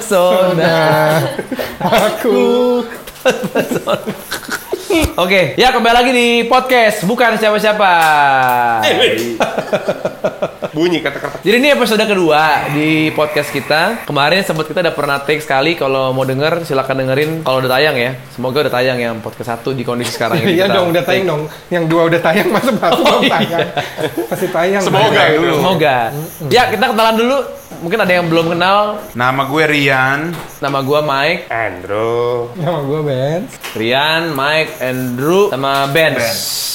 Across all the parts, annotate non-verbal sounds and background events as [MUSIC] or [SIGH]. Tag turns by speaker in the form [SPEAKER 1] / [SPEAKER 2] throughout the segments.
[SPEAKER 1] Terpesona.
[SPEAKER 2] Aku
[SPEAKER 1] Oke, ya kembali lagi di podcast bukan siapa-siapa.
[SPEAKER 2] bunyi kata-kata.
[SPEAKER 1] Jadi ini episode kedua di podcast kita. Kemarin sempat kita udah pernah take sekali kalau mau denger silakan dengerin kalau udah tayang ya. Semoga udah tayang yang podcast satu di kondisi sekarang ini.
[SPEAKER 3] Iya
[SPEAKER 1] kita
[SPEAKER 3] dong udah
[SPEAKER 1] take.
[SPEAKER 3] tayang dong. Yang dua udah tayang masa baru belum
[SPEAKER 1] iya.
[SPEAKER 3] tayang. Masih tayang.
[SPEAKER 2] Semoga dulu.
[SPEAKER 1] Semoga. Ya, kita kenalan dulu. Mungkin ada yang belum kenal.
[SPEAKER 4] Nama gue Rian.
[SPEAKER 1] Nama gua Mike,
[SPEAKER 2] Andrew.
[SPEAKER 3] Nama gue Benz.
[SPEAKER 1] Rian, Mike, Andrew, sama Ben.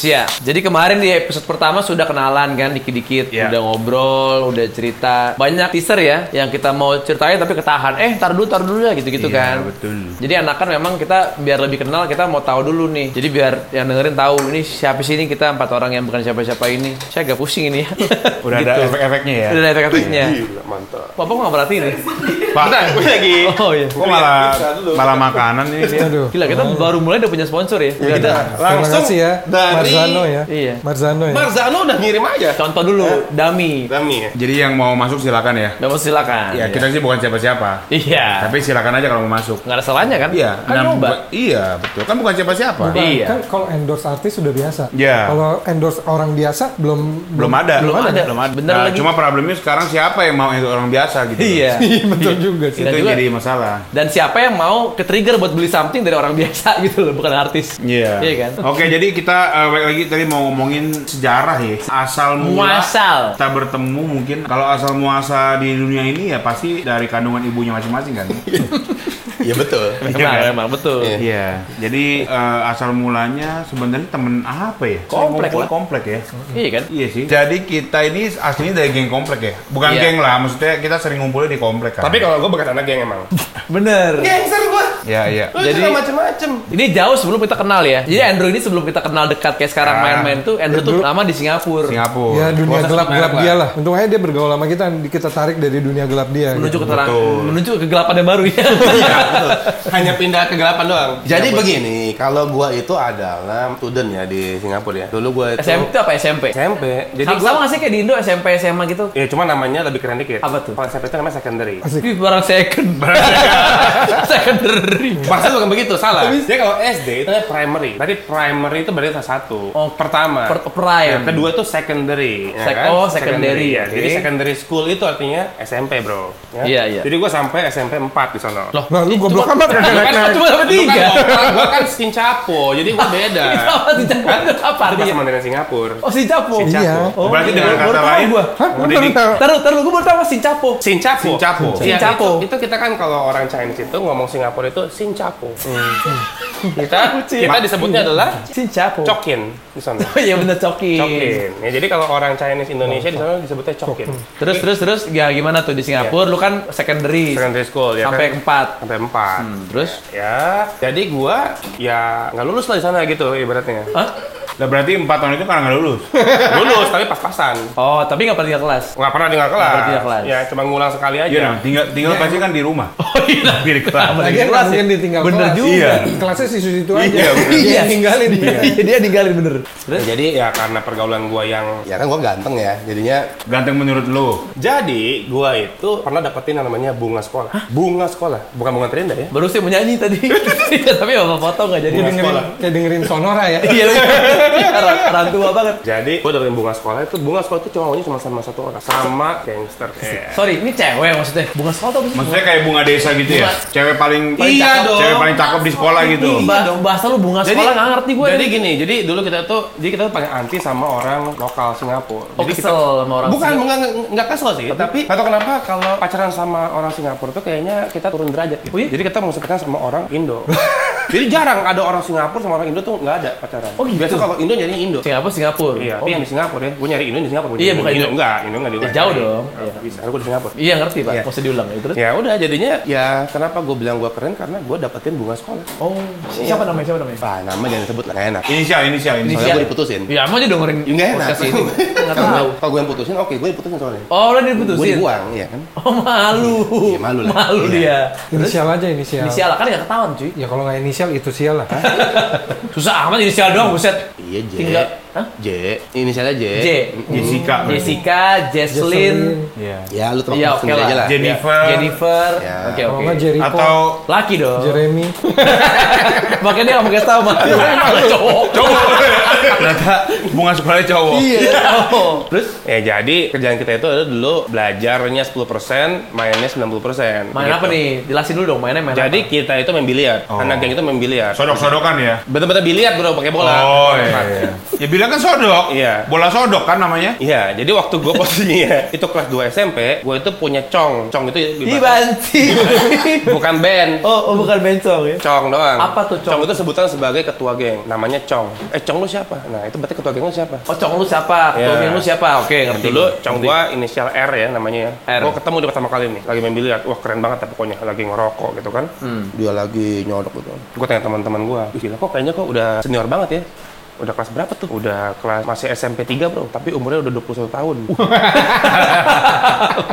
[SPEAKER 1] Ya. Jadi kemarin di episode pertama sudah kenalan kan dikit-dikit,
[SPEAKER 4] Iya.
[SPEAKER 1] udah ngobrol, udah cerita. Banyak teaser ya yang kita mau ceritain tapi ketahan. Eh, tar dulu, tar dulu ya gitu-gitu
[SPEAKER 4] Iya,
[SPEAKER 1] kan.
[SPEAKER 4] betul.
[SPEAKER 1] Jadi anakan memang kita biar lebih kenal kita mau tahu dulu nih. Jadi biar yang dengerin tahu ini siapa sih ini kita empat orang yang bukan siapa-siapa ini. Saya agak pusing ini ya.
[SPEAKER 4] [LAUGHS] Udah ada efek-efeknya ya.
[SPEAKER 1] Udah ada
[SPEAKER 3] Iya.
[SPEAKER 1] efek-efeknya.
[SPEAKER 2] Gila, mantap.
[SPEAKER 1] Bapak nggak perhatiin ya?
[SPEAKER 4] Pak,
[SPEAKER 2] Bentar, gue lagi.
[SPEAKER 1] Oh iya.
[SPEAKER 4] kok malah malah makanan ini dia.
[SPEAKER 3] Aduh.
[SPEAKER 1] Gila, kita
[SPEAKER 4] Oh.
[SPEAKER 1] baru mulai udah punya sponsor ya. Udah
[SPEAKER 4] Iya,
[SPEAKER 1] ada.
[SPEAKER 3] Terima
[SPEAKER 2] Langsung
[SPEAKER 3] kasih ya.
[SPEAKER 2] dari
[SPEAKER 3] Marzano ya.
[SPEAKER 1] Iya.
[SPEAKER 3] Marzano ya.
[SPEAKER 2] Marzano udah ngirim aja.
[SPEAKER 1] Contoh dulu, Dami.
[SPEAKER 2] Dami ya.
[SPEAKER 4] Jadi yang mau masuk silakan ya.
[SPEAKER 1] Dami silakan.
[SPEAKER 4] Ya kita sih bukan siapa-siapa.
[SPEAKER 1] Ah, Iya.
[SPEAKER 4] Tapi silakan aja kalau mau masuk.
[SPEAKER 1] nggak ada salahnya kan?
[SPEAKER 4] Iya.
[SPEAKER 1] Kan
[SPEAKER 4] enam
[SPEAKER 1] nyoba.
[SPEAKER 4] bu- Iya betul. Kan bukan siapa-siapa.
[SPEAKER 3] Bukan,
[SPEAKER 1] Iya.
[SPEAKER 3] Kan kalau endorse artis sudah biasa.
[SPEAKER 4] Iya.
[SPEAKER 3] Kalau endorse orang biasa belum [LAUGHS]
[SPEAKER 4] Belum ada.
[SPEAKER 1] Belum ada.
[SPEAKER 4] Belum ada.
[SPEAKER 1] Bener
[SPEAKER 4] Nah,
[SPEAKER 1] lagi.
[SPEAKER 4] Cuma problemnya sekarang siapa yang mau itu orang biasa gitu. [LAUGHS]
[SPEAKER 1] Iya.
[SPEAKER 3] Iya betul juga sih.
[SPEAKER 4] Itu
[SPEAKER 1] Dan
[SPEAKER 4] yang
[SPEAKER 1] juga-
[SPEAKER 4] jadi masalah.
[SPEAKER 1] Dan siapa yang mau ke trigger buat beli something dari orang biasa [LAUGHS] gitu loh, bukan artis.
[SPEAKER 4] Iya.
[SPEAKER 1] Iya kan?
[SPEAKER 4] Oke, jadi kita eh, balik lagi tadi mau ngomongin sejarah ya. Asal mula
[SPEAKER 1] Muasal.
[SPEAKER 4] kita bertemu mungkin kalau asal muasal di dunia ini ya pasti dari kandungan ibunya masing-masing kan.
[SPEAKER 2] Iya betul.
[SPEAKER 1] Emang, emang betul.
[SPEAKER 2] Iya.
[SPEAKER 4] Iya, jadi eh, asal mulanya sebenarnya temen apa ya?
[SPEAKER 1] Komplek lah.
[SPEAKER 4] Saya ngomong komplek ya.
[SPEAKER 1] Iya kan?
[SPEAKER 4] Iya sih. Jadi kita ini aslinya dari geng komplek ya. Bukan
[SPEAKER 1] Iya.
[SPEAKER 4] geng lah, maksudnya kita sering ngumpulnya di komplek kan.
[SPEAKER 2] Tapi kalau gue bukan anak geng emang.
[SPEAKER 1] Bener.
[SPEAKER 2] Gangster gue.
[SPEAKER 4] ya iya.
[SPEAKER 2] Lu
[SPEAKER 1] Jadi-
[SPEAKER 2] Jadi macem-macem.
[SPEAKER 1] Ini jauh sebelum kita kenal ya. Jadi Andrew ini sebelum kita kenal dekat kayak sekarang
[SPEAKER 4] Ah.
[SPEAKER 1] main-main tuh Andrew tuh lama di Singapura.
[SPEAKER 4] Singapura.
[SPEAKER 3] Ya dunia
[SPEAKER 1] Proses
[SPEAKER 3] gelap gelap
[SPEAKER 1] merah,
[SPEAKER 3] dia lah. Untung aja dia bergaul sama kita, kita tarik dari dunia gelap dia.
[SPEAKER 1] Menuju
[SPEAKER 3] gitu.
[SPEAKER 1] ke terang,
[SPEAKER 4] Betul.
[SPEAKER 1] menuju ke kegelapan yang baru ya. [LAUGHS]
[SPEAKER 2] Iya, Hanya pindah kegelapan doang. Jadi begini, kalau gue itu adalah student ya di Singapura ya. Dulu gue itu
[SPEAKER 1] SMP itu apa SMP?
[SPEAKER 2] SMP. Jadi
[SPEAKER 1] Sama,
[SPEAKER 2] gue
[SPEAKER 1] sama nggak sih kayak di Indo SMP SMA gitu?
[SPEAKER 2] Ya cuma namanya lebih keren dikit.
[SPEAKER 1] Apa tuh?
[SPEAKER 2] Kalau SMP itu namanya secondary.
[SPEAKER 1] Tapi barang second. [LAUGHS] Secondary.
[SPEAKER 2] Maksudnya bukan begitu, salah. Dia kalau SD itu namanya primary. Tadi primary itu berarti salah satu.
[SPEAKER 1] Oh,
[SPEAKER 2] pertama.
[SPEAKER 1] per- prime.
[SPEAKER 2] Nah, kedua tuh secondary. ya
[SPEAKER 1] Sec-
[SPEAKER 2] kan?
[SPEAKER 1] oh, secondary,
[SPEAKER 2] ya.
[SPEAKER 1] oke.
[SPEAKER 2] Jadi secondary school itu artinya SMP, Bro. Ya?
[SPEAKER 1] Iya, iya.
[SPEAKER 2] Jadi gua sampai SMP 4 di sana.
[SPEAKER 1] Loh,
[SPEAKER 3] Nah, lu goblok amat kan
[SPEAKER 1] Lu kan [LAUGHS] cuma dapat
[SPEAKER 2] Lu
[SPEAKER 1] tiga.
[SPEAKER 2] Kan, lokal, gua kan Sincapo, jadi gua
[SPEAKER 1] [LAUGHS]
[SPEAKER 2] beda.
[SPEAKER 1] Sama si Capo [LAUGHS] itu apa
[SPEAKER 2] Gua kan
[SPEAKER 1] artinya?
[SPEAKER 2] sama dengan Singapura.
[SPEAKER 1] Oh si Capo.
[SPEAKER 3] Iya.
[SPEAKER 4] Berarti
[SPEAKER 1] iya.
[SPEAKER 4] dengan
[SPEAKER 1] Baru
[SPEAKER 4] kata
[SPEAKER 1] tahu
[SPEAKER 4] lain,
[SPEAKER 1] gua.
[SPEAKER 3] Hah?
[SPEAKER 4] Pendidik.
[SPEAKER 3] Bener.
[SPEAKER 1] Taruh, taruh, gue baru tahu apa Sincapo.
[SPEAKER 2] Sincapo.
[SPEAKER 4] Sincapo.
[SPEAKER 2] Iya,
[SPEAKER 1] Sincapo.
[SPEAKER 2] Itu, itu kita kan kalau orang Chinese itu ngomong Singapura itu Sincapo.
[SPEAKER 1] Hmm. [LAUGHS]
[SPEAKER 2] Kita kita disebutnya adalah
[SPEAKER 1] Sincapo.
[SPEAKER 2] Cokin di sana.
[SPEAKER 1] [LAUGHS] Oh iya bener Coki.
[SPEAKER 2] Cokin. Ya, jadi kalau orang Chinese Indonesia di sana disebutnya cokin.
[SPEAKER 1] Terus, terus, terus, ya gimana tuh di Singapura? Lu kan secondary.
[SPEAKER 2] Secondary school ya
[SPEAKER 1] Sampai
[SPEAKER 2] kan?
[SPEAKER 1] keempat. Hmm.
[SPEAKER 2] sampai empat.
[SPEAKER 1] Terus?
[SPEAKER 2] Ya, jadi gua ya nggak lulus lah di sana gitu ibaratnya.
[SPEAKER 1] [LAUGHS] Hah?
[SPEAKER 4] Lah berarti 4 tahun itu karena nggak lulus.
[SPEAKER 2] Iya. lulus tapi pas-pasan.
[SPEAKER 1] Oh, tapi nggak pernah tinggal kelas.
[SPEAKER 2] Nggak pernah tinggal kelas.
[SPEAKER 1] pernah tinggal kelas.
[SPEAKER 2] Ya cuma ngulang sekali aja.
[SPEAKER 4] Iya dong, tinggal tinggal pasti kan di rumah.
[SPEAKER 1] [LAUGHS] Oh iya.
[SPEAKER 4] Di kelas.
[SPEAKER 3] Lagian nggak mungkin ditinggal
[SPEAKER 1] Bener
[SPEAKER 3] kelas.
[SPEAKER 1] juga.
[SPEAKER 4] Iya.
[SPEAKER 3] Kelasnya situ-situ aja.
[SPEAKER 4] Iya, bener.
[SPEAKER 3] Dia yang tinggalin dia.
[SPEAKER 1] [LAUGHS] Iya, dia ninggalin bener. Terus?
[SPEAKER 2] Ya, jadi ya karena pergaulan gua yang ya kan gua ganteng ya. Jadinya
[SPEAKER 4] Ganteng menurut lu.
[SPEAKER 2] jadi gua itu pernah dapetin yang namanya bunga sekolah. Bunga sekolah, bukan bunga terindah ya.
[SPEAKER 1] Baru sih mau nyanyi [LAUGHS] tadi. Iya, tapi bapak foto nggak jadi.
[SPEAKER 3] Kayak
[SPEAKER 2] Iya.
[SPEAKER 3] dengerin,
[SPEAKER 2] sekolah.
[SPEAKER 3] kayak dengerin sonora ya.
[SPEAKER 1] Iya, [LAUGHS] lu- orang orang tua banget.
[SPEAKER 2] Jadi gua dapetin bunga sekolah itu bunga sekolah itu cuma maunya cuma sama satu orang, sama gangster.
[SPEAKER 1] [LAUGHS]
[SPEAKER 2] Iya.
[SPEAKER 1] Sorry, ini cewek maksudnya. Bunga sekolah tuh apa sih?
[SPEAKER 4] Maksudnya kayak bunga desa gitu ya. Cewek paling, paling
[SPEAKER 2] Iya
[SPEAKER 4] cakep,
[SPEAKER 2] dong.
[SPEAKER 4] cewek paling cakep di sekolah gitu.
[SPEAKER 1] Ba- bahasa lu bunga sekolah nggak ngerti gue.
[SPEAKER 2] Jadi gini, jadi dulu kita tuh, jadi kita tuh paling anti sama orang lokal Singapura.
[SPEAKER 1] Oh,
[SPEAKER 2] jadi
[SPEAKER 1] kesel sama orang
[SPEAKER 2] bukan,
[SPEAKER 1] Singapura.
[SPEAKER 2] bukan nggak kesel sih, tapi nggak tahu kenapa kalau pacaran sama orang Singapura tuh kayaknya kita turun derajat. Gitu.
[SPEAKER 1] Oh iya?
[SPEAKER 2] Jadi kita mau pacaran sama orang
[SPEAKER 1] [LAUGHS]
[SPEAKER 2] Indo. jadi jarang ada orang Singapura sama orang Indo tuh nggak ada pacaran.
[SPEAKER 1] Oh, gitu.
[SPEAKER 2] Biasa kalau Indo nyari Indo.
[SPEAKER 1] Singapura, Singapura. Oh,
[SPEAKER 2] Iya, tapi yang di Singapura ya. Gue nyari Indo di Singapura. gua
[SPEAKER 1] Iya,
[SPEAKER 2] nyari
[SPEAKER 1] bukan
[SPEAKER 2] Indo.
[SPEAKER 1] Indo.
[SPEAKER 2] Enggak, Indo nggak di
[SPEAKER 1] Ya, jauh dong.
[SPEAKER 2] Iya, bisa. Karena gue di Singapura.
[SPEAKER 1] Iya ngerti pak,
[SPEAKER 2] Iya.
[SPEAKER 1] maksud diulang ya terus.
[SPEAKER 2] Ya udah jadinya ya kenapa gue bilang gue keren karena gue dapetin bunga sekolah.
[SPEAKER 1] Oh,
[SPEAKER 2] Iya.
[SPEAKER 1] siapa namanya? Siapa namanya?
[SPEAKER 2] Wah nama jangan disebut lah nggak enak.
[SPEAKER 1] Iya.
[SPEAKER 4] Inisial, inisial, inisial.
[SPEAKER 2] Soalnya gue diputusin.
[SPEAKER 1] Ya, mau aja dengerin
[SPEAKER 2] Enggak Iya, enak.
[SPEAKER 1] podcast
[SPEAKER 2] [LAUGHS]
[SPEAKER 1] ini. Enggak
[SPEAKER 2] Kalau
[SPEAKER 1] tahu.
[SPEAKER 2] gua- Kalau gue yang putusin, oke, gue diputusin soalnya.
[SPEAKER 1] Oh, udah
[SPEAKER 2] Gue
[SPEAKER 1] diputusin.
[SPEAKER 2] dibuang, iya kan?
[SPEAKER 1] Oh, malu.
[SPEAKER 2] Iya, malu lah.
[SPEAKER 1] Malu
[SPEAKER 2] Iya.
[SPEAKER 1] dia. Terus
[SPEAKER 3] Inisial aja inisial.
[SPEAKER 1] inisial kan enggak ketahuan, cuy.
[SPEAKER 3] Ya kalau nggak inisial itu sial lah.
[SPEAKER 1] Susah amat inisial doang, buset.
[SPEAKER 2] Iya, Jack.
[SPEAKER 1] Tinggal Hah?
[SPEAKER 2] J. Inisialnya J.
[SPEAKER 1] J.
[SPEAKER 4] Jessica.
[SPEAKER 1] Jessica, Jaslyn,
[SPEAKER 4] Iya.
[SPEAKER 2] Ya,
[SPEAKER 1] Iya,
[SPEAKER 2] lu termasuk
[SPEAKER 1] oke
[SPEAKER 2] sendiri
[SPEAKER 1] lah.
[SPEAKER 2] aja lah.
[SPEAKER 4] Jenny. Jennifer.
[SPEAKER 1] Ya, Jennifer.
[SPEAKER 2] Ya.
[SPEAKER 1] Oke,
[SPEAKER 3] Kalau nggak
[SPEAKER 1] oke.
[SPEAKER 3] Jericho,
[SPEAKER 4] Atau
[SPEAKER 1] Laki dong.
[SPEAKER 3] Jeremy.
[SPEAKER 1] Makanya dia nggak pakai tahu mah. Cowok.
[SPEAKER 2] [LAUGHS]
[SPEAKER 4] cowok. Ternyata bunga sekolahnya cowok.
[SPEAKER 2] Iya.
[SPEAKER 1] Iya. Cowok. Terus
[SPEAKER 2] Ya jadi kerjaan kita itu ada dulu belajarnya 10%, mainnya 90%.
[SPEAKER 1] main
[SPEAKER 2] Gitu.
[SPEAKER 1] apa nih? Jelasin dulu dong mainnya main
[SPEAKER 2] Jadi
[SPEAKER 1] apa.
[SPEAKER 2] kita itu main biliar.
[SPEAKER 4] Oh.
[SPEAKER 2] Anak geng itu main biliar.
[SPEAKER 4] Sodok-sodokan ya.
[SPEAKER 2] Bener-bener biliar bro, pakai bola.
[SPEAKER 4] Oh iya. iya. Ya bilang kan sodok.
[SPEAKER 2] Iya.
[SPEAKER 4] Bola sodok kan namanya.
[SPEAKER 2] Iya, jadi waktu gue posisinya [LAUGHS] itu kelas 2 SMP, gue itu punya cong. Cong itu ibarat-
[SPEAKER 1] dibanting.
[SPEAKER 2] bukan band.
[SPEAKER 1] oh, oh, bukan bencong ya.
[SPEAKER 2] Cong doang.
[SPEAKER 1] Apa tuh cong?
[SPEAKER 2] itu sebutan sebagai ketua geng. Namanya Cong. Eh Cong lu siapa? Nah itu berarti ketua geng lu siapa?
[SPEAKER 1] Oh, cong lu siapa?
[SPEAKER 2] Iya.
[SPEAKER 1] Ketua geng lu siapa? Oke, ngerti.
[SPEAKER 2] Dulu
[SPEAKER 1] gua.
[SPEAKER 2] Cong gua inisial R ya namanya
[SPEAKER 1] R.
[SPEAKER 2] ya. Gua ketemu di pertama kali nih. Lagi main biliar. Wah keren banget ya pokoknya. Lagi ngerokok gitu kan.
[SPEAKER 1] Hmm.
[SPEAKER 2] Dia lagi nyodok gitu. Gua tanya teman-teman gua. "Ih, Gila kok kayaknya kok udah senior banget ya. Udah kelas berapa tuh? Udah kelas masih SMP 3 bro, tapi umurnya udah 21 tahun.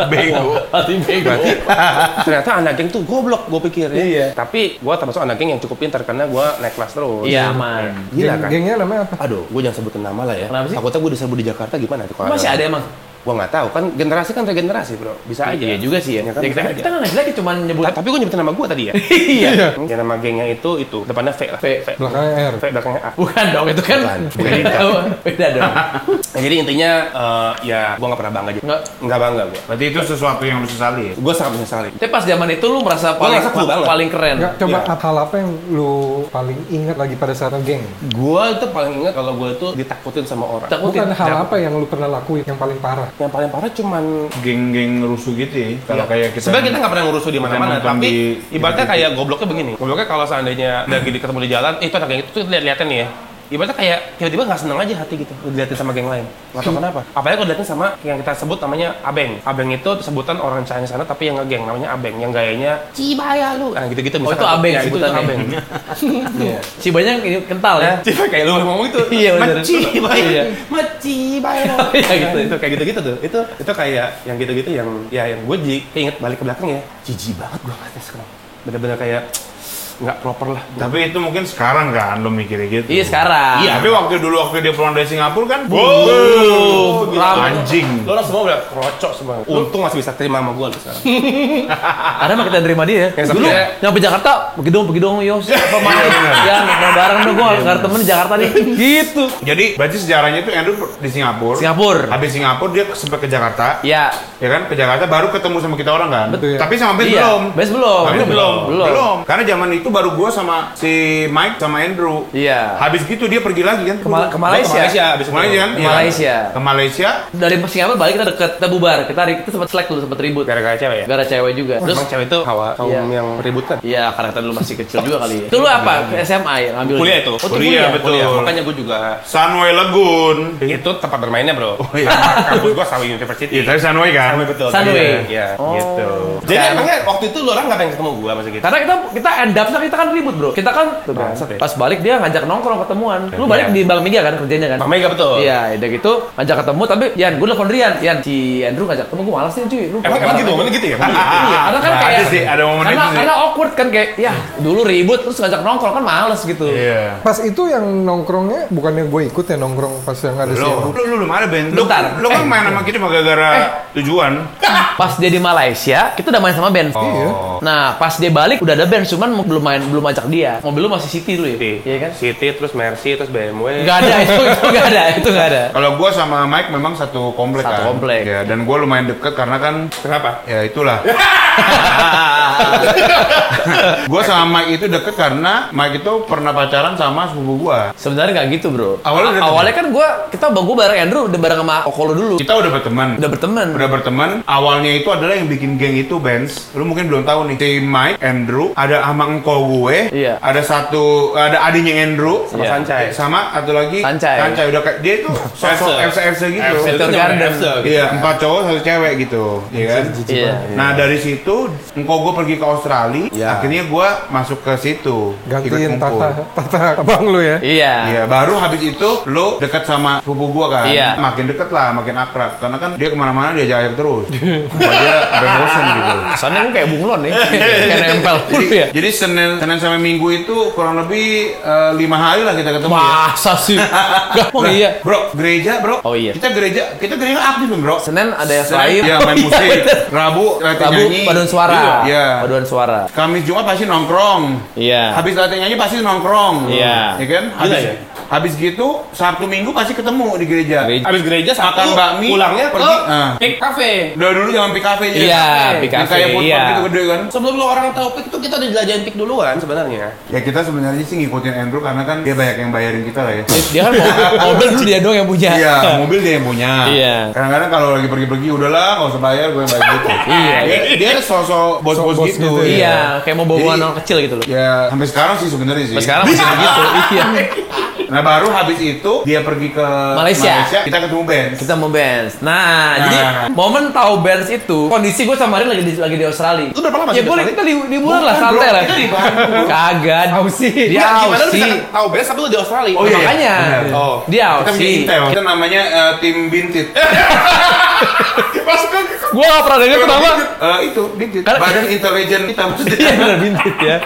[SPEAKER 4] Bego.
[SPEAKER 1] Berarti bego.
[SPEAKER 2] Berarti [LAUGHS] ternyata anak geng tuh goblok gue pikir ya.
[SPEAKER 3] Iya.
[SPEAKER 2] Tapi gua termasuk anak geng yang cukup pintar karena gua naik kelas terus.
[SPEAKER 1] Iya, aman.
[SPEAKER 2] Gila
[SPEAKER 3] Geng-
[SPEAKER 2] kan?
[SPEAKER 3] Gengnya namanya apa?
[SPEAKER 2] Aduh, gue jangan sebutin nama lah ya.
[SPEAKER 1] Kenapa sih?
[SPEAKER 2] Takutnya gue diserbu di Jakarta gimana? tuh kalau
[SPEAKER 1] Masih ada emang?
[SPEAKER 2] Gue nggak tahu kan generasi kan regenerasi bro, bisa aja.
[SPEAKER 1] Iya juga sih ya.
[SPEAKER 2] kan,
[SPEAKER 1] Ya,
[SPEAKER 2] bisa
[SPEAKER 1] kita
[SPEAKER 2] aja.
[SPEAKER 1] kita kan lagi cuma nyebut
[SPEAKER 2] Ta- Tapi gue nyebutin nama gue tadi ya.
[SPEAKER 1] [LAUGHS] Iya.
[SPEAKER 2] [LAUGHS] ya nama gengnya itu itu depannya V lah.
[SPEAKER 1] V.
[SPEAKER 3] Belakangnya R.
[SPEAKER 2] V belakangnya A.
[SPEAKER 1] Bukan dong, itu kan
[SPEAKER 2] Bukan. Bukan
[SPEAKER 1] [LAUGHS] beda dong.
[SPEAKER 2] Nah, jadi intinya eh, ya gue nggak pernah bangga jadi.
[SPEAKER 1] Nggak.
[SPEAKER 2] Nggak bangga gue.
[SPEAKER 4] Berarti itu sesuatu yang harus sesali ya.
[SPEAKER 2] Gue sangat menyesali.
[SPEAKER 1] Tapi pas zaman itu lu merasa
[SPEAKER 2] Gua
[SPEAKER 1] paling
[SPEAKER 2] ngerasa cool banget.
[SPEAKER 1] paling keren.
[SPEAKER 3] Nggak, coba
[SPEAKER 2] Iya.
[SPEAKER 3] hal apa yang lu paling ingat lagi pada saat geng?
[SPEAKER 2] Gue itu paling ingat kalau gue itu ditakutin sama orang.
[SPEAKER 1] Takutin.
[SPEAKER 3] Bukan hal apa yang lu pernah lakuin yang paling parah?
[SPEAKER 2] Yang paling parah cuman
[SPEAKER 4] Geng-geng rusuh gitu ya. Kalau
[SPEAKER 2] Iya.
[SPEAKER 4] kayak kita.
[SPEAKER 2] sebenarnya kita nggak pernah ngurusin di mana-mana
[SPEAKER 4] nonton
[SPEAKER 2] tapi
[SPEAKER 4] di-
[SPEAKER 2] ibaratnya
[SPEAKER 4] di-
[SPEAKER 2] kayak gobloknya begini gobloknya kalau seandainya lagi di- ketemu di jalan eh, itu anak geng itu tuh lihat-lihatan nih ya ibaratnya kayak tiba-tiba nggak seneng aja hati gitu dilihatin sama geng lain nggak tahu kenapa apalagi kalau dilihatin sama yang kita sebut namanya abeng abeng itu sebutan orang Chinese sana tapi yang ngegeng namanya abeng yang gayanya cibaya lu nah gitu-gitu
[SPEAKER 1] Oh, itu
[SPEAKER 2] misalkan.
[SPEAKER 1] abeng
[SPEAKER 2] Ya, itu, itu
[SPEAKER 1] sebutannya. [LAUGHS]
[SPEAKER 2] abeng Iya.
[SPEAKER 1] Si banyak ini kental ya.
[SPEAKER 2] Ciba kayak lu ngomong itu.
[SPEAKER 1] Iya, bener. Iya.
[SPEAKER 2] Macibaya. [LAUGHS] Macibaya.
[SPEAKER 1] Iya, gitu.
[SPEAKER 2] Nah, Itu kayak gitu-gitu tuh. Itu itu kayak yang gitu-gitu yang ya yang gue ji keinget balik ke belakang ya. Jijik banget gue ngeliatnya sekarang. Bener-bener kayak nggak proper lah.
[SPEAKER 4] Tapi itu mungkin sekarang kan lo mikirnya gitu.
[SPEAKER 1] Iya sekarang.
[SPEAKER 4] Iya, tapi waktu dulu waktu dia pulang dari Singapura kan,
[SPEAKER 2] Boom.
[SPEAKER 4] Wow, anjing.
[SPEAKER 2] Lo orang semua udah kerocok semua. Untung masih bisa terima sama gue lu sekarang.
[SPEAKER 1] Karena emang kita nerima dia.
[SPEAKER 2] Yang
[SPEAKER 1] ya. Dulu
[SPEAKER 2] sampai-
[SPEAKER 1] nyampe Jakarta, pergi dong, pergi dong, yos. Apa main?
[SPEAKER 4] bener.
[SPEAKER 1] Ya, nongkrong bareng dong, gue nggak ada temen di Jakarta nih. Gitu.
[SPEAKER 4] Jadi berarti sejarahnya itu Andrew di Singapura.
[SPEAKER 1] Singapura.
[SPEAKER 4] Habis Singapura dia sempat ke Jakarta.
[SPEAKER 1] Ya,
[SPEAKER 4] Ya kan ke Jakarta baru ketemu sama kita orang kan.
[SPEAKER 3] Betul, ya.
[SPEAKER 4] Tapi sama Bes
[SPEAKER 1] Iya,
[SPEAKER 4] belum.
[SPEAKER 1] Bes belum.
[SPEAKER 4] Sama Bes belum.
[SPEAKER 1] Belum.
[SPEAKER 4] Karena zaman itu baru gua sama si Mike sama Andrew.
[SPEAKER 1] Iya.
[SPEAKER 4] Habis gitu dia pergi lagi kan.
[SPEAKER 1] ke, Ma- ke Malaysia.
[SPEAKER 2] Ke Malaysia abis
[SPEAKER 4] Ke Malaysia kan?
[SPEAKER 1] Ke
[SPEAKER 4] Iya.
[SPEAKER 1] Malaysia.
[SPEAKER 4] Ke Malaysia.
[SPEAKER 1] Dari Singapura balik kita deket, kita bubar. Kita kita sempat selek dulu, sempat ribut.
[SPEAKER 2] Gara-gara cewek ya.
[SPEAKER 1] Gara cewek juga.
[SPEAKER 2] Terus
[SPEAKER 1] Terus
[SPEAKER 2] emang cewek itu hawa kaum
[SPEAKER 1] Iya.
[SPEAKER 2] yang kan? ributkan.
[SPEAKER 1] Iya, karena kita dulu masih kecil juga kali ya. Itu lu apa? SMA ya ngambil?
[SPEAKER 2] Kuliah itu.
[SPEAKER 1] Oh, itu
[SPEAKER 4] Kuliah,
[SPEAKER 1] kuliah.
[SPEAKER 4] betul.
[SPEAKER 2] Kuliah. Makanya gue juga
[SPEAKER 4] Sunway Lagoon.
[SPEAKER 2] itu tempat bermainnya bro.
[SPEAKER 4] iya.
[SPEAKER 1] [LAUGHS]
[SPEAKER 2] Kampus gue sama University.
[SPEAKER 4] Iya, tapi Sunway kan.
[SPEAKER 2] Sunway betul.
[SPEAKER 1] Sunway.
[SPEAKER 2] Iya,
[SPEAKER 1] Oh. Kan.
[SPEAKER 2] gitu. Jadi emangnya waktu itu lu orang nggak pengen ketemu gua masa gitu?
[SPEAKER 1] Karena kita kita end up-nya kita kan ribut, Bro. Kita kan
[SPEAKER 2] bangsat ya.
[SPEAKER 1] pas balik dia ngajak nongkrong ketemuan. Lu balik
[SPEAKER 2] Iya.
[SPEAKER 1] di Bank Mega kan kerjanya kan?
[SPEAKER 2] Bang Mega betul.
[SPEAKER 1] Iya, udah gitu ngajak ketemu tapi Yan, gue telepon Rian. Yan, si Andrew ngajak ketemu gue malas nih cuy. Lu
[SPEAKER 2] Emang emang gitu, momen gitu ya?
[SPEAKER 1] Iya, karena kan
[SPEAKER 4] Nah,
[SPEAKER 1] kayak
[SPEAKER 4] ada sih, ada momen
[SPEAKER 1] karena,
[SPEAKER 4] itu sih.
[SPEAKER 1] karena awkward kan kayak ya dulu ribut terus ngajak nongkrong kan males gitu.
[SPEAKER 4] Iya.
[SPEAKER 3] Pas itu yang nongkrongnya bukannya gue ikut ya nongkrong pas yang ada si
[SPEAKER 4] Lu,
[SPEAKER 3] Andrew.
[SPEAKER 4] lu, lu belum ada Ben. Lu,
[SPEAKER 1] ya. Bentar. Eh.
[SPEAKER 4] lu kan main sama kita cuma gara-gara tujuan.
[SPEAKER 1] Pas dia di Malaysia, kita udah main sama band.
[SPEAKER 4] Oh.
[SPEAKER 3] Iya.
[SPEAKER 1] Nah, pas dia balik udah ada band, cuman belum main, belum ajak dia. Mobil lu masih City dulu ya? Iya kan?
[SPEAKER 2] City, terus Mercy, terus BMW.
[SPEAKER 1] Gak ada itu, itu gak ada, itu gak ada.
[SPEAKER 4] Kalau gua sama Mike memang satu komplek
[SPEAKER 1] Satu
[SPEAKER 4] kan.
[SPEAKER 1] komplek.
[SPEAKER 4] Ya, dan gua lumayan deket karena kan
[SPEAKER 2] Kenapa?
[SPEAKER 4] ya itulah. gua sama Mike itu deket karena Mike itu pernah pacaran sama sepupu gua.
[SPEAKER 1] Sebenarnya nggak gitu bro.
[SPEAKER 4] Awalnya udah
[SPEAKER 1] awalnya kan gue kita bang gue bareng Andrew udah bareng sama Okolo dulu.
[SPEAKER 4] Kita udah berteman.
[SPEAKER 1] Udah berteman.
[SPEAKER 4] Udah berteman. Awalnya itu adalah yang bikin geng itu Benz. Lu mungkin belum tahu nih. Si Mike, Andrew, ada sama engkau gue,
[SPEAKER 1] Iya.
[SPEAKER 4] ada satu ada adiknya Andrew
[SPEAKER 2] Sama
[SPEAKER 1] Iya.
[SPEAKER 2] Sancai.
[SPEAKER 4] sama satu lagi
[SPEAKER 1] Sancai.
[SPEAKER 4] udah kayak dia itu sosok FC FC gitu.
[SPEAKER 2] FC itu
[SPEAKER 1] Meteor
[SPEAKER 2] namanya
[SPEAKER 1] Garden.
[SPEAKER 2] FC, gitu.
[SPEAKER 4] Iya, empat cowok satu cewek gitu, iya kan?
[SPEAKER 1] Iya.
[SPEAKER 4] Nah dari situ engkau gue pergi pergi ke Australia,
[SPEAKER 5] Ya.
[SPEAKER 4] akhirnya gue masuk ke situ.
[SPEAKER 3] Iya. Gantiin
[SPEAKER 4] ikut ngumpul.
[SPEAKER 3] tata, tata abang lu ya.
[SPEAKER 1] Iya.
[SPEAKER 4] Iya, baru habis itu lu deket sama sepupu gua kan.
[SPEAKER 1] Iya.
[SPEAKER 4] Makin deket lah, makin akrab. Karena kan dia kemana-mana dia ajak
[SPEAKER 1] [LAUGHS]
[SPEAKER 4] terus. Sampai dia udah bosen gitu.
[SPEAKER 1] Kesannya gue kayak bunglon
[SPEAKER 4] [LAUGHS]
[SPEAKER 1] ya. kayak nempel
[SPEAKER 4] Jadi,
[SPEAKER 1] mulu ya.
[SPEAKER 4] jadi Senin, Senin sampai Minggu itu kurang lebih eh, lima hari lah kita ketemu ya.
[SPEAKER 1] Masa sih? Gak mau
[SPEAKER 4] Lah,
[SPEAKER 1] iya.
[SPEAKER 4] Bro, gereja, Bro.
[SPEAKER 1] Oh, iya.
[SPEAKER 4] Kita gereja, kita gereja aktif, Bro.
[SPEAKER 1] Senin ada yang
[SPEAKER 4] Senin,
[SPEAKER 1] lain.
[SPEAKER 4] Iya, main
[SPEAKER 1] [LAUGHS]
[SPEAKER 4] musik. Rabu, latihan
[SPEAKER 1] Rabu
[SPEAKER 4] nyanyi.
[SPEAKER 1] paduan suara.
[SPEAKER 4] Iya.
[SPEAKER 1] Paduan suara.
[SPEAKER 4] Kamis Jumat pasti nongkrong.
[SPEAKER 1] Iya.
[SPEAKER 4] Habis latihan nyanyi pasti nongkrong.
[SPEAKER 1] Iya.
[SPEAKER 4] Ya kan?
[SPEAKER 2] Gila
[SPEAKER 4] Habis,
[SPEAKER 2] ya?
[SPEAKER 4] habis gitu Sabtu Minggu pasti ketemu di gereja.
[SPEAKER 1] Gereja.
[SPEAKER 2] Abis gereja
[SPEAKER 4] Makan
[SPEAKER 2] satu,
[SPEAKER 4] bakmi,
[SPEAKER 2] pulangnya
[SPEAKER 4] pergi,
[SPEAKER 2] pergi
[SPEAKER 4] ah.
[SPEAKER 2] Pick Cafe.
[SPEAKER 4] Udah dulu jangan pick cafe aja.
[SPEAKER 1] Iya,
[SPEAKER 4] Yang
[SPEAKER 1] pick cafe,
[SPEAKER 4] kayak food court
[SPEAKER 1] iya.
[SPEAKER 4] gitu gede kan.
[SPEAKER 2] Sebelum lu orang tahu pick itu kita udah jelajahin pick duluan sebenarnya.
[SPEAKER 4] Ya kita sebenarnya sih ngikutin Andrew karena kan dia banyak yang bayarin kita lah ya.
[SPEAKER 1] Dia kan
[SPEAKER 4] [LAUGHS]
[SPEAKER 1] mobil, mobil dulu dia doang yang punya.
[SPEAKER 4] Iya, mobil dia yang punya.
[SPEAKER 1] Iya.
[SPEAKER 4] Kadang-kadang kalau lagi pergi-pergi udahlah nggak usah bayar gue yang bayar gitu.
[SPEAKER 1] Iya.
[SPEAKER 4] [LAUGHS] Dia, dia sosok bos-bos
[SPEAKER 3] Sosok bos
[SPEAKER 4] gitu.
[SPEAKER 3] gitu,
[SPEAKER 1] Iya, kayak mau bawa
[SPEAKER 4] Jadi-
[SPEAKER 1] orang kecil gitu loh.
[SPEAKER 4] Ya sampai sekarang sih sebenarnya sih.
[SPEAKER 1] Sampai sekarang masih
[SPEAKER 4] [LAUGHS]
[SPEAKER 1] begitu. Iya.
[SPEAKER 4] Nah baru habis itu dia pergi ke
[SPEAKER 1] Malaysia.
[SPEAKER 4] kita ketemu band.
[SPEAKER 1] Kita mau bands. Nah, jadi momen tahu bands itu kondisi gue sama Rin lagi di, lagi di Australia.
[SPEAKER 2] Lu berapa lama
[SPEAKER 1] Ya
[SPEAKER 2] sih di
[SPEAKER 1] boleh kita
[SPEAKER 2] Australia?
[SPEAKER 1] li, liburan lah,
[SPEAKER 4] Bukan, bro.
[SPEAKER 1] santai lah.
[SPEAKER 4] Kita di Bandung, Iya, bro.
[SPEAKER 1] Kagak.
[SPEAKER 3] Ausi.
[SPEAKER 1] Dia
[SPEAKER 2] Nggak, gimana lu
[SPEAKER 1] Aussie.
[SPEAKER 2] bisa tahu best tapi lu di Australia?
[SPEAKER 4] Oh, iya.
[SPEAKER 1] Makanya.
[SPEAKER 4] Bener. Oh.
[SPEAKER 1] Dia
[SPEAKER 4] Kita bikin
[SPEAKER 1] Aussie.
[SPEAKER 4] intel. Kita namanya eh, tim
[SPEAKER 2] [LAUGHS]
[SPEAKER 4] bintit. Masuk ke
[SPEAKER 1] Gue gak pernah denger tuh nama.
[SPEAKER 4] Eh, itu bintit.
[SPEAKER 1] Karena-
[SPEAKER 4] Badan intelijen kita
[SPEAKER 1] Iya
[SPEAKER 4] maksudnya.
[SPEAKER 1] bener bintit ya.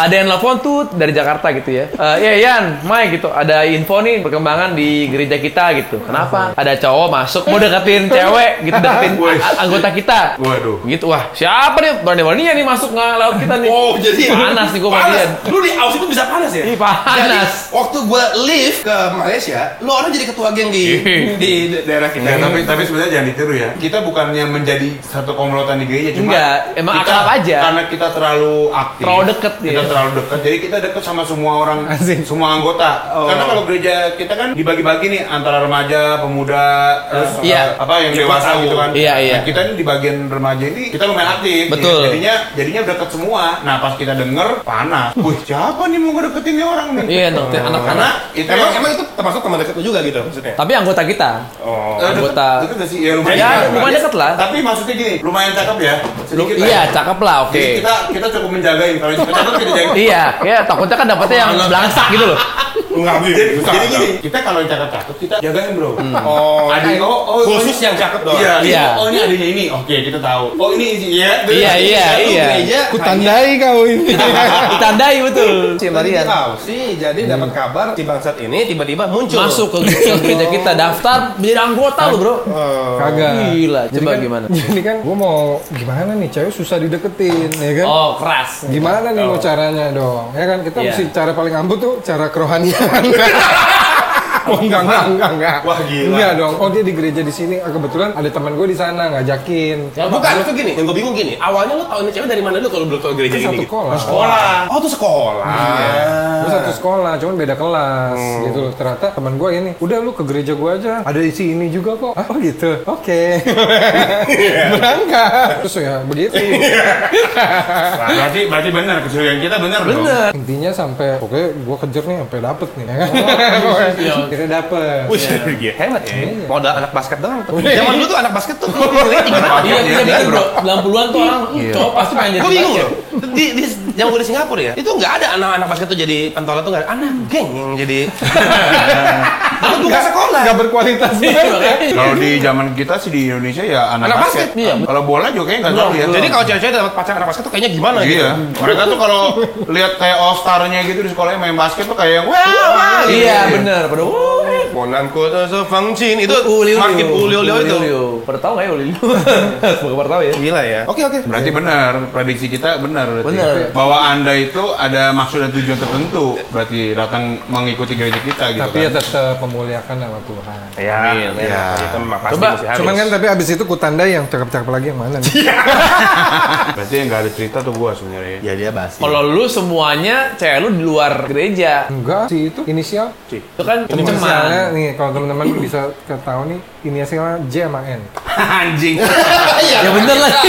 [SPEAKER 1] Ada yang nelfon tuh dari Jakarta gitu ya. Eh ya Yan, Mike gitu. Ada info nih perkembangan di gereja kita gitu. Kenapa? Ada cowok masuk mau deketin cewek gitu deketin
[SPEAKER 4] Woi.
[SPEAKER 1] a- anggota kita.
[SPEAKER 4] Waduh.
[SPEAKER 1] Gitu wah siapa nih berani-beraninya nih masuk nggak laut kita nih.
[SPEAKER 2] Oh, jadi
[SPEAKER 1] panas nih gue sama
[SPEAKER 2] Panas.
[SPEAKER 1] Dian.
[SPEAKER 2] Lu di Aussie pun bisa panas ya?
[SPEAKER 1] Ih, panas.
[SPEAKER 5] Jadi, waktu gue live ke Malaysia, lu orang jadi ketua geng di
[SPEAKER 1] Iya.
[SPEAKER 5] di daerah kita.
[SPEAKER 4] Nggak, Ya, tapi tapi sebenarnya jangan ditiru ya. Kita bukannya menjadi satu komplotan di gereja, cuma
[SPEAKER 1] Enggak, emang
[SPEAKER 4] kita-
[SPEAKER 1] akrab aja.
[SPEAKER 4] Karena kita terlalu aktif.
[SPEAKER 1] Terlalu deket,
[SPEAKER 4] Kita
[SPEAKER 1] ya.
[SPEAKER 4] terlalu dekat. Jadi kita dekat sama semua orang,
[SPEAKER 3] Asik.
[SPEAKER 4] semua anggota.
[SPEAKER 1] Oh.
[SPEAKER 4] Karena kalau gereja kita kan dibagi-bagi nih antara remaja, pemuda, terus
[SPEAKER 1] Iya.
[SPEAKER 4] eh, apa yang
[SPEAKER 2] Yang
[SPEAKER 4] dewasa
[SPEAKER 2] tahu.
[SPEAKER 4] gitu kan.
[SPEAKER 1] Iya, iya.
[SPEAKER 4] Nah, kita ini di bagian remaja ini kita lumayan aktif.
[SPEAKER 1] Betul.
[SPEAKER 4] Jadinya jadinya dekat semua. Nah, pas kita denger panas. Wih, siapa nih mau deketin nih orang nih?
[SPEAKER 1] Iya, dong,
[SPEAKER 4] Karena
[SPEAKER 1] anak-anak.
[SPEAKER 4] itu ya, eh,
[SPEAKER 5] emang
[SPEAKER 4] yang-
[SPEAKER 5] emang itu termasuk teman dekat lu juga gitu maksudnya.
[SPEAKER 1] Tapi anggota kita.
[SPEAKER 4] Eh,
[SPEAKER 1] anggota.
[SPEAKER 4] deket- Deket gak sih? Ya lumayan.
[SPEAKER 1] Ya,
[SPEAKER 4] Kan?
[SPEAKER 1] lumayan deket lah.
[SPEAKER 4] Tapi maksudnya gini, lumayan cakep ya.
[SPEAKER 1] Lu,
[SPEAKER 4] Sedikit lah
[SPEAKER 1] iya,
[SPEAKER 4] ya.
[SPEAKER 1] cakep lah, oke.
[SPEAKER 4] Jadi kita kita cukup menjagain kalau yang cakep kita jagain.
[SPEAKER 1] Iya, ya takutnya kan dapetnya yang belangsak gitu
[SPEAKER 4] [LAUGHS]
[SPEAKER 1] loh.
[SPEAKER 5] Enggak
[SPEAKER 4] Jadi, jadi gini, kita kalau yang cakep-cakep kita jagain bro.
[SPEAKER 2] Nah,
[SPEAKER 5] Oh,
[SPEAKER 4] Adik, oh, oh,
[SPEAKER 2] Khusus
[SPEAKER 4] oh,
[SPEAKER 2] yang cakep doang.
[SPEAKER 4] Iya,
[SPEAKER 1] Hmm. Iya.
[SPEAKER 4] iya. Oh, ini adiknya ini. Oke, kita tahu. Oh, ini iya.
[SPEAKER 1] Iya, iya, iya.
[SPEAKER 3] Ku tandai kau ini.
[SPEAKER 1] Ditandai betul. Si
[SPEAKER 5] Marian.
[SPEAKER 1] Marian.
[SPEAKER 4] Iya.
[SPEAKER 5] sih, jadi dapat kabar di bangsat ini tiba-tiba muncul.
[SPEAKER 1] Masuk ke ke gereja kita, daftar menjadi anggota lo bro.
[SPEAKER 3] Kagak.
[SPEAKER 1] Gila,
[SPEAKER 3] Jadi
[SPEAKER 1] coba
[SPEAKER 3] kan-
[SPEAKER 1] gimana?
[SPEAKER 3] [LAUGHS] Jadi kan gua mau gimana nih cewek susah dideketin ya kan?
[SPEAKER 1] Oh, keras.
[SPEAKER 3] Gimana nih
[SPEAKER 5] Oh.
[SPEAKER 3] mau caranya dong? Ya kan kita
[SPEAKER 1] Iya.
[SPEAKER 3] mesti cara paling ampuh tuh cara kerohanian. [LAUGHS] Oh, enggak, enggak, enggak, enggak.
[SPEAKER 5] Wah, gila.
[SPEAKER 3] Enggak dong. Oh, dia di gereja di sini. Ah, kebetulan ada teman gue di sana ngajakin.
[SPEAKER 2] Ya, bukan, itu gini, yang gue bingung gini, awalnya lu tau ini cewek dari mana dulu kalau belum tau
[SPEAKER 3] Itu
[SPEAKER 2] gereja ini?
[SPEAKER 3] Kan satu
[SPEAKER 2] gitu?
[SPEAKER 3] kolam.
[SPEAKER 5] sekolah. Oh, tuh sekolah.
[SPEAKER 3] Gue satu sekolah, cuman beda kelas
[SPEAKER 5] Oh.
[SPEAKER 3] gitu loh. Ternyata teman gue ini, udah lu ke gereja gue aja. Ada isi ini juga kok. Ah, oh gitu. Oke.
[SPEAKER 5] Iya.
[SPEAKER 3] [LAUGHS] Berangkat. Terus ya begitu.
[SPEAKER 2] Nah,
[SPEAKER 4] Berarti berarti benar kecurigaan kita benar dong.
[SPEAKER 1] Bener.
[SPEAKER 3] Intinya sampai pokoknya gue kejar nih sampai dapet nih. Ya kan?
[SPEAKER 5] Oh, iya,
[SPEAKER 3] Akhirnya dapet.
[SPEAKER 2] Wih, gila, hebat ya. Modal anak basket doang tuh. Zaman dulu tuh anak basket tuh.
[SPEAKER 1] Iya,
[SPEAKER 2] ya,
[SPEAKER 4] Iya,
[SPEAKER 1] kita
[SPEAKER 4] iya,
[SPEAKER 1] bikin bro. 90-an tuh orang cowok pasti pengen jadi
[SPEAKER 2] Gue bingung
[SPEAKER 1] basket.
[SPEAKER 2] loh. Di, di, yang gue di Singapura ya, itu nggak ada anak-anak basket tuh jadi pentolan tuh nggak ada. Anak geng yang jadi. Itu bukan sekolah.
[SPEAKER 3] Gak berkualitas
[SPEAKER 1] Iya,
[SPEAKER 3] banget.
[SPEAKER 1] makanya.
[SPEAKER 4] Kalau di zaman kita sih di Indonesia ya anak,
[SPEAKER 2] Anak
[SPEAKER 4] basket.
[SPEAKER 2] basket,
[SPEAKER 1] iya.
[SPEAKER 4] Kalau bola juga kayaknya nggak tahu ya.
[SPEAKER 2] Jadi kalau cewek-cewek dapat pacar anak basket tuh kayaknya gimana gitu?
[SPEAKER 4] Iya, mereka tuh kalau lihat kayak all star-nya gitu di sekolahnya main basket tuh kayak wah, wah gitu.
[SPEAKER 1] Iya, bener. Pada wuh,
[SPEAKER 5] Bonanku tuh sefang Chin itu
[SPEAKER 1] uliu.
[SPEAKER 5] makin ulio-ulio itu.
[SPEAKER 1] Uliu. Pada tahu nggak ya ulio? [LAUGHS] Semoga pada tahu ya.
[SPEAKER 5] Gila ya.
[SPEAKER 3] Oh.
[SPEAKER 5] Oke oke.
[SPEAKER 4] Berarti benar, prediksi kita Iya. benar berarti.
[SPEAKER 1] Benar.
[SPEAKER 4] Bahwa Anda itu ada maksud dan tujuan tertentu, berarti datang mengikuti gereja kita gitu
[SPEAKER 3] Tapi ya
[SPEAKER 4] kan.
[SPEAKER 3] tetap memuliakan nama Tuhan.
[SPEAKER 2] Iya. Iya. Itu memang pasti
[SPEAKER 1] Coba,
[SPEAKER 2] mesti harus.
[SPEAKER 3] Cuman kan tapi abis itu ku tandai yang cakep-cakep lagi yang mana nih?
[SPEAKER 4] Berarti yang nggak ada cerita tuh gua sebenarnya.
[SPEAKER 5] Ya dia basi.
[SPEAKER 1] Kalau lu semuanya cewek lu di luar gereja,
[SPEAKER 3] [LAUGHS] Enggak sih itu inisial.
[SPEAKER 1] itu kan
[SPEAKER 3] Inisialnya
[SPEAKER 1] penceman.
[SPEAKER 3] nih kalau teman-teman bisa ketahui nih inisialnya J sama N.
[SPEAKER 4] [LAUGHS] Anjing.
[SPEAKER 1] Ya bener lah. [LAUGHS]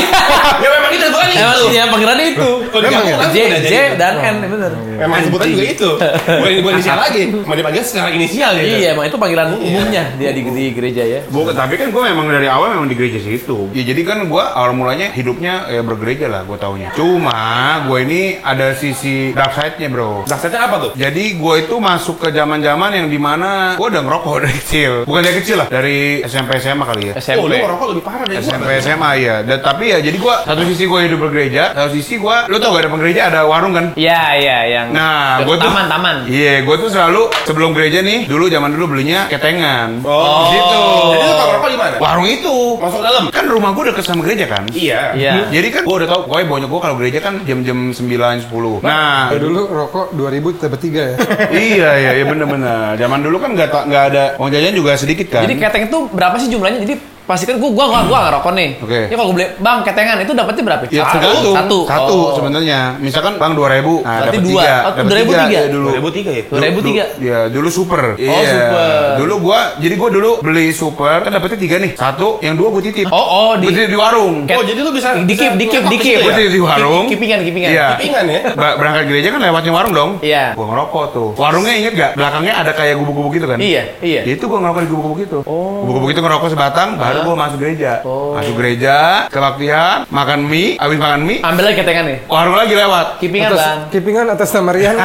[SPEAKER 2] Ya memang itu gue
[SPEAKER 5] gua nih.
[SPEAKER 1] Emang punya panggilan itu. Iya,
[SPEAKER 5] Memang
[SPEAKER 1] J,
[SPEAKER 5] ya? Udah
[SPEAKER 1] J
[SPEAKER 5] jadi itu.
[SPEAKER 1] dan N, bener.
[SPEAKER 2] Emang
[SPEAKER 5] sebutan juga itu. Bukan bukan inisial lagi.
[SPEAKER 2] Mau dipanggil secara inisial ya?
[SPEAKER 1] Iya, emang itu panggilan umumnya dia di, di gereja ya.
[SPEAKER 4] Gua, tapi kan gue memang dari awal memang di gereja situ. Ya jadi kan gue awal mulanya hidupnya ya bergereja lah gue taunya. Cuma gue ini ada sisi dark side-nya bro.
[SPEAKER 2] Dasarnya apa tuh?
[SPEAKER 4] Jadi gue itu masuk ke zaman-zaman yang dimana gue udah ngerokok [LAUGHS] dari kecil. Bukan dari kecil lah, dari SMP SMA kali ya.
[SPEAKER 2] Oh, lu
[SPEAKER 1] SMP.
[SPEAKER 2] ngerokok lebih parah dari gua.
[SPEAKER 4] SMP SMA ya. Dan, tapi ya jadi gue satu sisi gue hidup bergereja, satu sisi gue lu tau gak ada penggereja ada warung kan?
[SPEAKER 1] Iya, iya, yang
[SPEAKER 4] Nah, gue tuh
[SPEAKER 1] taman-taman.
[SPEAKER 4] Iya, gue tuh selalu sebelum gereja nih, dulu zaman dulu belinya ketengan. Oh, gitu.
[SPEAKER 2] Jadi lu tau ngerokok di mana?
[SPEAKER 4] Warung itu.
[SPEAKER 2] Masuk ke dalam?
[SPEAKER 4] Kan rumah gue dekat sama gereja kan?
[SPEAKER 2] Iya.
[SPEAKER 1] Iya.
[SPEAKER 4] Jadi kan gue udah tau, gue banyak gue kalau gereja kan jam-jam 9, 10 Nah,
[SPEAKER 3] Ya dulu rokok 2000 dapat 3 ya.
[SPEAKER 4] iya iya iya bener-bener zaman dulu kan nggak ta- nggak ada uang jajan juga sedikit kan
[SPEAKER 1] Jadi keteng itu berapa sih jumlahnya? Jadi pastikan gua gua gua gua nggak rokok nih.
[SPEAKER 4] Oke.
[SPEAKER 1] Ya kalau gua beli, "Bang, ketengan itu dapatnya berapa?"
[SPEAKER 4] Ya,
[SPEAKER 1] satu.
[SPEAKER 4] tergantung.
[SPEAKER 1] Satu.
[SPEAKER 4] satu
[SPEAKER 1] Oh.
[SPEAKER 4] sebenarnya misalkan bang dua ribu nah,
[SPEAKER 1] Berarti
[SPEAKER 4] dapat
[SPEAKER 1] dua.
[SPEAKER 4] tiga
[SPEAKER 1] Oh,
[SPEAKER 4] dapat
[SPEAKER 1] 2.000 tiga?
[SPEAKER 4] ya, dulu
[SPEAKER 2] 2003 ya?
[SPEAKER 1] Dua ribu tiga.
[SPEAKER 4] ya dulu super oh
[SPEAKER 1] super.
[SPEAKER 4] dulu gua jadi gua dulu beli super kan dapetnya tiga nih satu yang dua gua titip
[SPEAKER 1] Oh, oh, di-
[SPEAKER 4] di, di warung
[SPEAKER 1] Ket-
[SPEAKER 2] Oh, jadi lu bisa-
[SPEAKER 1] dikip
[SPEAKER 2] bisa
[SPEAKER 1] dikip
[SPEAKER 2] ngerokok di
[SPEAKER 1] dikip.
[SPEAKER 2] situ
[SPEAKER 4] ya? Gua di- di warung.
[SPEAKER 1] Kipingan kipingan.
[SPEAKER 4] Iya.
[SPEAKER 2] Kepingan ya?
[SPEAKER 4] Ba- berangkat gereja kan lewatnya warung dong
[SPEAKER 1] Iya.
[SPEAKER 4] gua ngerokok tuh warungnya inget gak belakangnya ada kayak gubuk-gubuk gitu kan
[SPEAKER 1] Iya, iya.
[SPEAKER 4] itu gua ngerokok di gubuk-gubuk itu oh. gubuk-gubuk itu ngerokok sebatang baru gua masuk gereja
[SPEAKER 1] Oh.
[SPEAKER 4] masuk gereja kebaktian makan mie abis makan mie
[SPEAKER 1] Ambil lagi ketengan nih.
[SPEAKER 4] warung lagi lewat
[SPEAKER 1] Kipingan,
[SPEAKER 3] Atas
[SPEAKER 1] Bang. [LAUGHS]
[SPEAKER 3] kipingan atas nama
[SPEAKER 4] [LAUGHS]
[SPEAKER 3] Rian.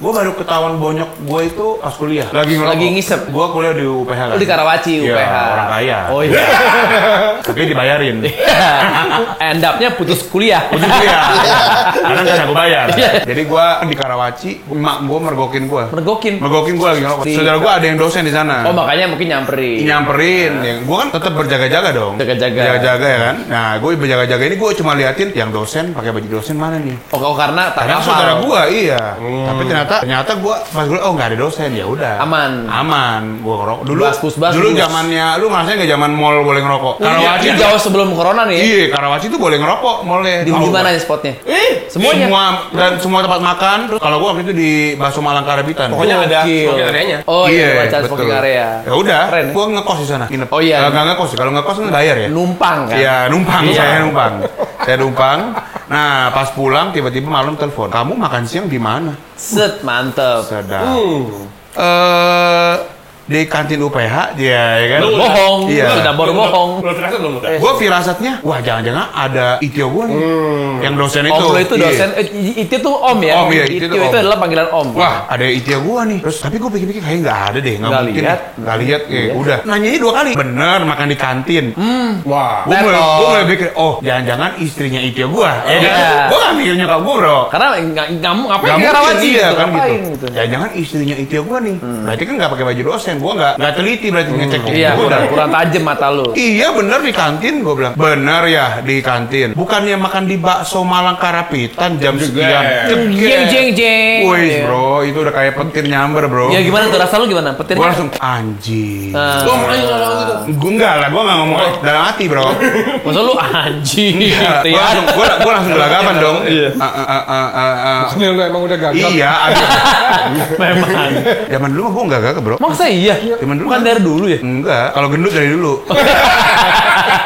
[SPEAKER 4] gue baru ketahuan bonyok gue itu pas kuliah lagi
[SPEAKER 1] Lagi ngisep.
[SPEAKER 4] gue kuliah di UPH kan
[SPEAKER 1] Lu di Karawaci
[SPEAKER 4] Iya,
[SPEAKER 1] UPH.
[SPEAKER 4] orang kaya
[SPEAKER 1] Oh iya.
[SPEAKER 4] [LAUGHS] tapi dibayarin
[SPEAKER 1] End up-nya putus kuliah.
[SPEAKER 4] Itu dia. Karena nggak gue bayar. Jadi gue di Karawaci, emak gue mergokin gue.
[SPEAKER 1] Iya. Mergokin.
[SPEAKER 4] Mergokin gue lagi ngerokok.
[SPEAKER 1] Si-
[SPEAKER 4] Saudara gue ada yang dosen di sana.
[SPEAKER 1] Oh, makanya mungkin nyamperin.
[SPEAKER 4] nyamperin, ya. gue kan tetap berjaga-jaga dong.
[SPEAKER 1] Jaga-jaga.
[SPEAKER 4] Jaga-jaga ya kan. Nah, gue berjaga-jaga ini gue cuma liatin yang dosen pakai baju dosen mana nih.
[SPEAKER 1] Oh, oh, karena tak Hmm.
[SPEAKER 4] Karena
[SPEAKER 1] hafal.
[SPEAKER 4] saudara gua iya. Tapi ternyata ternyata gua pas gua oh nggak ada dosen ya udah.
[SPEAKER 1] Aman.
[SPEAKER 4] Aman. Gua ngerokok dulu.
[SPEAKER 1] Baskus, baskus.
[SPEAKER 4] Dulu zamannya lu ngerasain nggak zaman mall boleh ngerokok. Karawaci
[SPEAKER 1] Ini
[SPEAKER 4] tuh-
[SPEAKER 1] jauh sebelum corona nih.
[SPEAKER 4] Iya, Karawaci tuh boleh ngerokok mallnya.
[SPEAKER 1] ya. Di di mana ya spotnya?
[SPEAKER 4] Eh,
[SPEAKER 1] Semuanya.
[SPEAKER 4] Semua dan semua tempat makan. Terus kalau gua waktu itu di Baso Malang Karabitan.
[SPEAKER 2] Pokoknya ada
[SPEAKER 1] Gokil.
[SPEAKER 2] Smoking area-nya.
[SPEAKER 1] Oh iya, baca smoking area.
[SPEAKER 4] Ya udah,
[SPEAKER 1] Keren. ya.
[SPEAKER 4] gua ngekos di sana. Nginep.
[SPEAKER 1] Oh, iya.
[SPEAKER 4] Eh, nggak ngekos, sih. kalau ngekos kan bayar ya.
[SPEAKER 1] Numpang kan?
[SPEAKER 4] Iya, numpang.
[SPEAKER 1] Iya.
[SPEAKER 4] Saya numpang. Saya numpang. Nah, pas pulang tiba-tiba malam telepon. Kamu makan siang di mana?
[SPEAKER 1] Set, mantep.
[SPEAKER 4] Sedap.
[SPEAKER 1] Uh.
[SPEAKER 4] Eh, di kantin UPH dia ya kan.
[SPEAKER 1] Bohong.
[SPEAKER 4] Iya.
[SPEAKER 1] Sudah baru bohong.
[SPEAKER 2] Lu terasa belum lu?
[SPEAKER 4] Gua firasatnya, wah jangan-jangan ada Itio gua nih. Yang dosen itu.
[SPEAKER 1] Om lo Hmm. itu
[SPEAKER 4] Iya.
[SPEAKER 1] dosen, eh, i- itu tuh om ya?
[SPEAKER 4] Om, iya, itu
[SPEAKER 1] itu,
[SPEAKER 4] tuh om.
[SPEAKER 1] itu adalah panggilan om.
[SPEAKER 4] Wah, ada Itio gua nih. Terus tapi gua pikir-pikir kayaknya nggak ada deh, nggak
[SPEAKER 1] Nggak
[SPEAKER 4] mungkin.
[SPEAKER 1] lihat.
[SPEAKER 4] Nggak lihat, eh, udah. Nanyanya dua kali. Bener, makan di kantin.
[SPEAKER 1] Hmm.
[SPEAKER 2] Wah.
[SPEAKER 4] Gua mulai, gua mulai pikir, oh jangan-jangan istrinya Itio gua. Ya kan?
[SPEAKER 1] Iya.
[SPEAKER 4] Gua nggak mikir nyokap gua bro.
[SPEAKER 1] Karena nggak nggak mau ngapain ke
[SPEAKER 4] Gak mungkin
[SPEAKER 1] Karawaci
[SPEAKER 4] iya
[SPEAKER 1] gitu,
[SPEAKER 4] kan
[SPEAKER 1] ngapain
[SPEAKER 4] gitu.
[SPEAKER 1] gitu.
[SPEAKER 4] Ya jangan istrinya itu gua nih. Berarti kan nggak pakai baju dosen, gua nggak nggak teliti berarti ngecek
[SPEAKER 1] Iya,
[SPEAKER 4] Gua
[SPEAKER 1] kurang,
[SPEAKER 4] udah-
[SPEAKER 1] kurang tajam mata lu.
[SPEAKER 4] Iya bener di kantin gua bilang. Bener ya di kantin. Bukannya makan di bakso Malang Karapitan jam sekian.
[SPEAKER 1] ya. Jeng Iya, jeng jeng.
[SPEAKER 4] Iya. Wih
[SPEAKER 1] Iya.
[SPEAKER 4] bro, itu udah kayak petir nyamber bro.
[SPEAKER 1] Ya gimana tuh rasa lu gimana? Petirnya?
[SPEAKER 4] Gua langsung anjing.
[SPEAKER 1] Eh,
[SPEAKER 2] Gua makanya kalau gitu.
[SPEAKER 4] Gua enggak lah, gua nggak ngomong
[SPEAKER 1] Oh.
[SPEAKER 4] dalam hati
[SPEAKER 1] [LAUGHS]
[SPEAKER 4] bro.
[SPEAKER 1] maksud lu anjing. gitu
[SPEAKER 4] Iya, Gua
[SPEAKER 1] ya.
[SPEAKER 4] langsung, gua, gua langsung gelagapan dong.
[SPEAKER 1] Iya.
[SPEAKER 4] Ah, ah, ah, ah, ah, ah.
[SPEAKER 3] Ini lu emang udah gagal.
[SPEAKER 4] Iya,
[SPEAKER 1] [LAUGHS]
[SPEAKER 4] aduh.
[SPEAKER 1] Memang.
[SPEAKER 4] Zaman dulu mah gua enggak gagap bro.
[SPEAKER 1] Maksa iya.
[SPEAKER 4] Zaman dulu
[SPEAKER 1] Bukan
[SPEAKER 4] kan?
[SPEAKER 1] dari dulu ya.
[SPEAKER 4] Enggak, kalau gendut dari dulu.